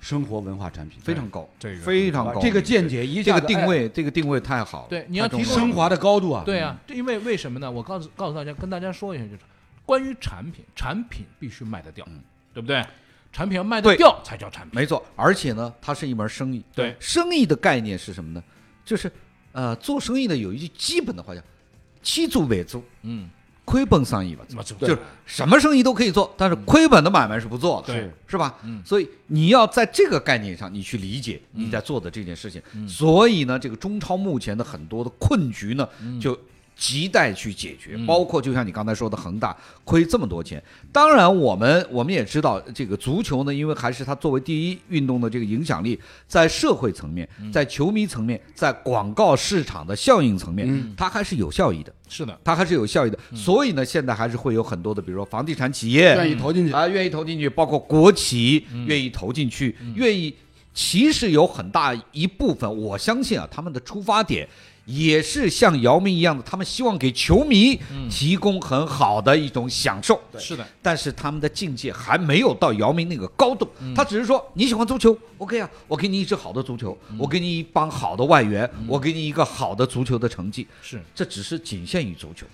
Speaker 2: 生活文化产品，
Speaker 3: 非常高，
Speaker 1: 这个
Speaker 3: 非常
Speaker 2: 啊
Speaker 3: 高。
Speaker 2: 这个见解一
Speaker 3: 这
Speaker 2: 下
Speaker 3: 个
Speaker 2: 子哎
Speaker 3: 定位，这个定位太好了。
Speaker 1: 哎对你要
Speaker 3: 太重
Speaker 1: 提供
Speaker 3: 了
Speaker 2: 升华的高度啊，
Speaker 1: 对啊，这因为为什么呢？我告诉告诉大家，跟大家说一下，就是关于产品，产品必须卖得掉，对不对？产品要卖得
Speaker 3: 嗯对
Speaker 1: 掉才叫产品。
Speaker 3: 没错，而且呢，它是一门生意。
Speaker 1: 对
Speaker 3: 生意的概念是什么呢？就是呃，做生意的有一句基本的话叫“七足为足，
Speaker 1: 嗯，
Speaker 3: 亏本生意吧”，
Speaker 1: 那就
Speaker 3: 就是什么生意都可以做，但是亏本的买卖是不做的，
Speaker 1: 嗯对
Speaker 3: 是吧？
Speaker 1: 嗯
Speaker 3: 所以你要在这个概念上，你去理解你在做的这件事情。
Speaker 1: 嗯
Speaker 3: 所以呢，这个中超目前的很多的困局呢，
Speaker 1: 嗯
Speaker 3: 就。亟待去解决，包括就像你刚才说的，恒大亏这么多钱。当然，我们我们也知道，这个足球呢，因为还是它作为第一运动的这个影响力，在社会层面、
Speaker 1: 嗯
Speaker 3: 在球迷层面、在广告市场的效应层面，它还是有效益的。
Speaker 1: 嗯是的，嗯
Speaker 3: 它还是有效益的。所以呢，现在还是会有很多的，比如说房地产企业
Speaker 2: 愿意投进去，
Speaker 3: 啊，愿意投进去，包括国企愿意投进去，愿意。其实有很大一部分，我相信啊，他们的出发点也是像姚明一样的，他们希望给球迷提供很好的一种享受。
Speaker 1: 是的，
Speaker 3: 但是他们的境界还没有到姚明那个高度，他只是说你喜欢足球，OK 啊，我给你一支好的足球，我给你一帮好的外援，我给你一个好的足球的成绩，
Speaker 1: 是
Speaker 3: 这只是仅限于足球。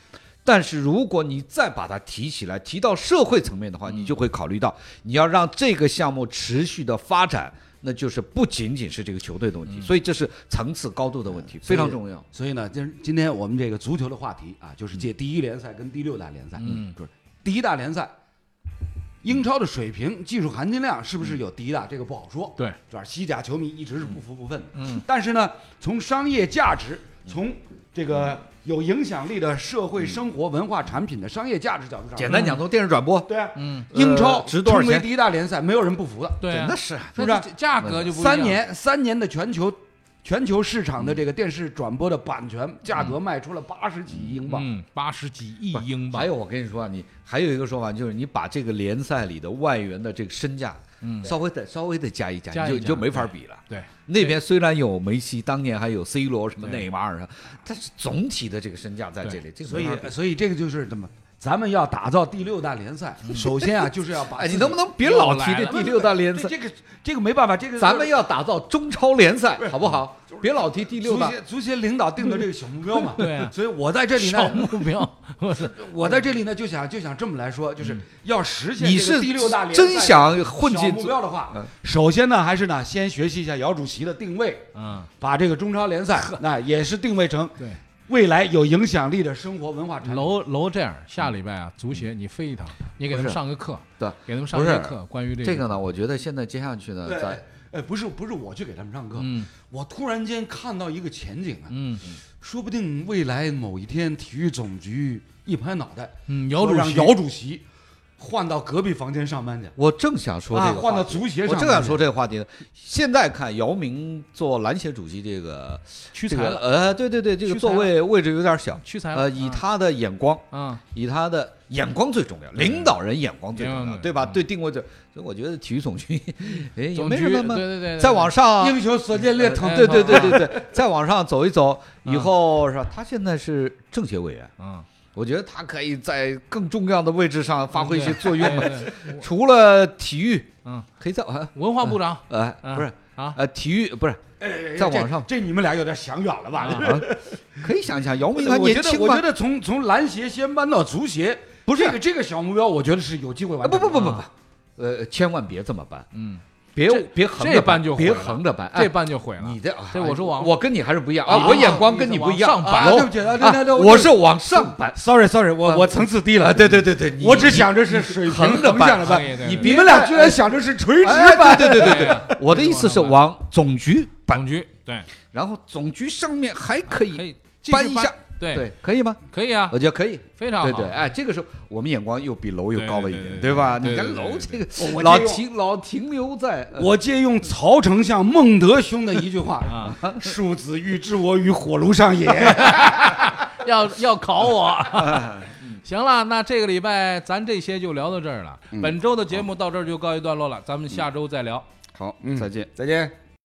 Speaker 3: 但是如果你再把它提起来，提到社会层面的话，你就会考虑到你要让这个项目持续的发展，那就是不仅仅是这个球队的问题，所以这是层次高度的问题，非常重要。
Speaker 2: 所以呢，今今天我们这个足球的话题啊，就是借第一联赛跟第六大联赛，嗯，就是第一大联赛，英超的水平、技术含金量是不
Speaker 3: 嗯
Speaker 2: 是有第一大，这个不好说。
Speaker 1: 对，
Speaker 2: 这西甲球迷一直是不服不忿的。嗯，但是呢，从商业价值，从这个有影响力的社会生活文化产品的商业价值角度上，
Speaker 3: 嗯简单讲，，从电视转播，
Speaker 2: 对啊，嗯，
Speaker 3: 呃
Speaker 2: 英超
Speaker 3: 值多少
Speaker 2: 成为
Speaker 3: 钱
Speaker 2: 第一大联赛，没有人不服的。
Speaker 1: 对啊，
Speaker 3: 那是
Speaker 1: 那
Speaker 2: 是不
Speaker 1: 这价格就不一样
Speaker 2: 三，年三年的全球全球市场的这个电视转播的版权
Speaker 3: 嗯
Speaker 2: 价格卖出了八十几亿英镑，
Speaker 1: 嗯，八十几亿英镑，
Speaker 3: 还有，我跟你说啊，你还有一个说法就是，你把这个联赛里的外援的这个身价，嗯，稍微的稍微的加一加，
Speaker 1: 加
Speaker 3: 你就
Speaker 1: 一
Speaker 3: 你
Speaker 1: 加
Speaker 3: 就没法比了。
Speaker 1: 对，
Speaker 3: 那边虽然有梅西，当年还有 C 罗什么内马尔啊，但是总体的这个身价在这里，这个
Speaker 2: 所以
Speaker 3: 没法比
Speaker 2: 所以这个就是怎么，咱们要打造第六大联赛，首先啊就是要把
Speaker 3: 嗯哎，
Speaker 2: 自己
Speaker 3: 你能不能别老提
Speaker 1: 又来
Speaker 3: 这
Speaker 1: 了
Speaker 3: 第六大联
Speaker 2: 对
Speaker 3: 赛？
Speaker 2: 这个这个没办法，这个
Speaker 3: 咱们要打造中超联赛，好不好？别老提第
Speaker 2: 足
Speaker 3: 六大。
Speaker 2: 协足协领导定的这个小目 标嘛，
Speaker 1: 对啊
Speaker 2: 所以我在这里
Speaker 1: 小
Speaker 2: 呢，
Speaker 1: 目标，我是
Speaker 2: 我在这里呢就想就想这么来说，就是要实现
Speaker 3: 嗯你
Speaker 2: 这个
Speaker 3: 是
Speaker 2: 第六大联赛
Speaker 3: 真想混
Speaker 2: 小
Speaker 3: 进
Speaker 2: 目标的话
Speaker 3: 嗯，
Speaker 2: 首先呢还是呢先学习一下姚主席的定位，
Speaker 1: 嗯，
Speaker 2: 把这个中超联赛那也是定位成
Speaker 1: 对
Speaker 2: 未来有影响力的生活文化产品。
Speaker 1: 楼楼这样，下礼拜啊，足协你飞一趟，你给他们上个课，
Speaker 3: 对
Speaker 1: 给他们上个
Speaker 3: 嗯不是
Speaker 1: 课，关于
Speaker 3: 这个呢，我觉得现在接下去呢，
Speaker 2: 对
Speaker 3: 咱，
Speaker 2: 哎，不是不是，我去给他们上课，
Speaker 1: 嗯
Speaker 2: 我突然间看到一个前景啊，
Speaker 1: 嗯
Speaker 2: 说不定未来某一天体育总局一拍脑袋，
Speaker 1: 嗯，姚
Speaker 2: 说
Speaker 1: 主
Speaker 2: 让
Speaker 1: 席，
Speaker 2: 姚主席换到隔壁房间上班去，
Speaker 3: 我正想说这
Speaker 2: 啊，
Speaker 3: 个
Speaker 2: 换
Speaker 3: 话
Speaker 2: 到
Speaker 3: 题
Speaker 2: 足协
Speaker 3: 我
Speaker 2: 上班去。
Speaker 3: 正想说这个话题呢，现在看姚明做篮协主席这个
Speaker 1: 屈
Speaker 3: 这
Speaker 1: 才
Speaker 3: 个
Speaker 1: 了，
Speaker 3: 呃，对对对，这个
Speaker 1: 屈才了
Speaker 3: 座位位置有点小，
Speaker 1: 屈才了，
Speaker 3: 呃，以
Speaker 1: 嗯
Speaker 3: 他的眼光，
Speaker 1: 啊，
Speaker 3: 以他的眼光最重要，领导人眼光最重
Speaker 1: 明白
Speaker 3: 要，对吧？
Speaker 1: 嗯
Speaker 3: 对定位最，所以我觉得体育总局， 哎，也
Speaker 1: 总
Speaker 3: 没
Speaker 1: 局，
Speaker 3: 什
Speaker 1: 对
Speaker 3: 么
Speaker 1: 对
Speaker 3: 嘛，
Speaker 1: 对对，
Speaker 3: 再往上啊。
Speaker 2: 英雄所见略同
Speaker 1: 哎，
Speaker 3: 对对对对对， 再往上走一走，以后是吧？他现在是政协委员，
Speaker 1: 嗯，
Speaker 3: 我觉得他可以在更重要的位置上发挥一些作用嘛
Speaker 1: 嗯对。哎对 对
Speaker 3: 除了体育，
Speaker 1: 嗯，
Speaker 3: 可以再往
Speaker 1: 文化部长
Speaker 3: 呃
Speaker 1: 嗯
Speaker 3: 不是
Speaker 1: 啊
Speaker 3: 呃体育不是
Speaker 2: 哎
Speaker 3: 再往上
Speaker 2: 这，这你们俩有点想远了吧？
Speaker 1: 啊
Speaker 3: 啊，可以想一想，姚
Speaker 2: 我
Speaker 3: 明
Speaker 2: 觉得
Speaker 3: 还
Speaker 2: 我觉
Speaker 3: 年
Speaker 2: 得，
Speaker 3: 轻
Speaker 2: 我觉
Speaker 3: 嘛。
Speaker 2: 得从从篮协先搬到足协，不是这个这个小目标，我觉得是有机会
Speaker 3: 啊
Speaker 2: 完
Speaker 3: 不
Speaker 2: 成的。
Speaker 3: 不不不不，呃，千万别这么办。
Speaker 1: 嗯，
Speaker 3: 别
Speaker 1: 这
Speaker 3: 别横
Speaker 1: 这
Speaker 3: 着
Speaker 1: 般就
Speaker 3: 别
Speaker 1: 毁了
Speaker 3: 横着搬，哎
Speaker 1: 这半就毁了。
Speaker 3: 你这
Speaker 2: 啊
Speaker 3: 哎
Speaker 1: 对哎我是往
Speaker 3: 我跟你还是不一样
Speaker 1: 啊
Speaker 3: 啊，我眼光跟你不一样，
Speaker 1: 你是往上搬
Speaker 3: 啊
Speaker 2: 对不起啊对对对
Speaker 3: 啊
Speaker 2: 我
Speaker 3: 我是往上啊搬，
Speaker 2: ，sorry sorry，我我层次低了，对对对对，我只想着是水平
Speaker 3: 横着
Speaker 2: 向
Speaker 3: 搬
Speaker 2: 着
Speaker 1: 横着
Speaker 2: 办，
Speaker 1: 搬
Speaker 2: 你们俩居然想着是垂直
Speaker 3: 哎
Speaker 2: 办，
Speaker 3: 对对对对
Speaker 1: 对啊
Speaker 3: 对，我的意思是
Speaker 1: 你是
Speaker 3: 往总局搬
Speaker 1: 总，局对
Speaker 3: 然后总局上面还可
Speaker 1: 可
Speaker 3: 以
Speaker 1: 以继续
Speaker 3: 搬一下，
Speaker 1: 对
Speaker 3: 对，可以吗？
Speaker 1: 可以啊
Speaker 3: 我，觉得可以，
Speaker 1: 非常好。
Speaker 3: 对对，哎，这个时候我们眼光又比楼又高了一
Speaker 1: 对对
Speaker 3: 点，
Speaker 1: 对
Speaker 3: 对吧？
Speaker 1: 对对
Speaker 3: 你看
Speaker 1: 对
Speaker 3: 楼
Speaker 1: 对
Speaker 3: 这
Speaker 1: 对
Speaker 3: 个
Speaker 2: 我
Speaker 3: 老
Speaker 2: 借用
Speaker 3: 停老停留在 呃
Speaker 2: 我借用曹丞相孟德兄的一句话
Speaker 1: 啊：“
Speaker 2: 庶子欲知我于火炉上也。
Speaker 1: 要要考我。行了，那这个礼拜咱这些就聊到这儿了。本周的节目到这儿就告一段落了，咱们下周再聊。
Speaker 3: 好
Speaker 2: 嗯
Speaker 3: 再见”。
Speaker 2: 再见。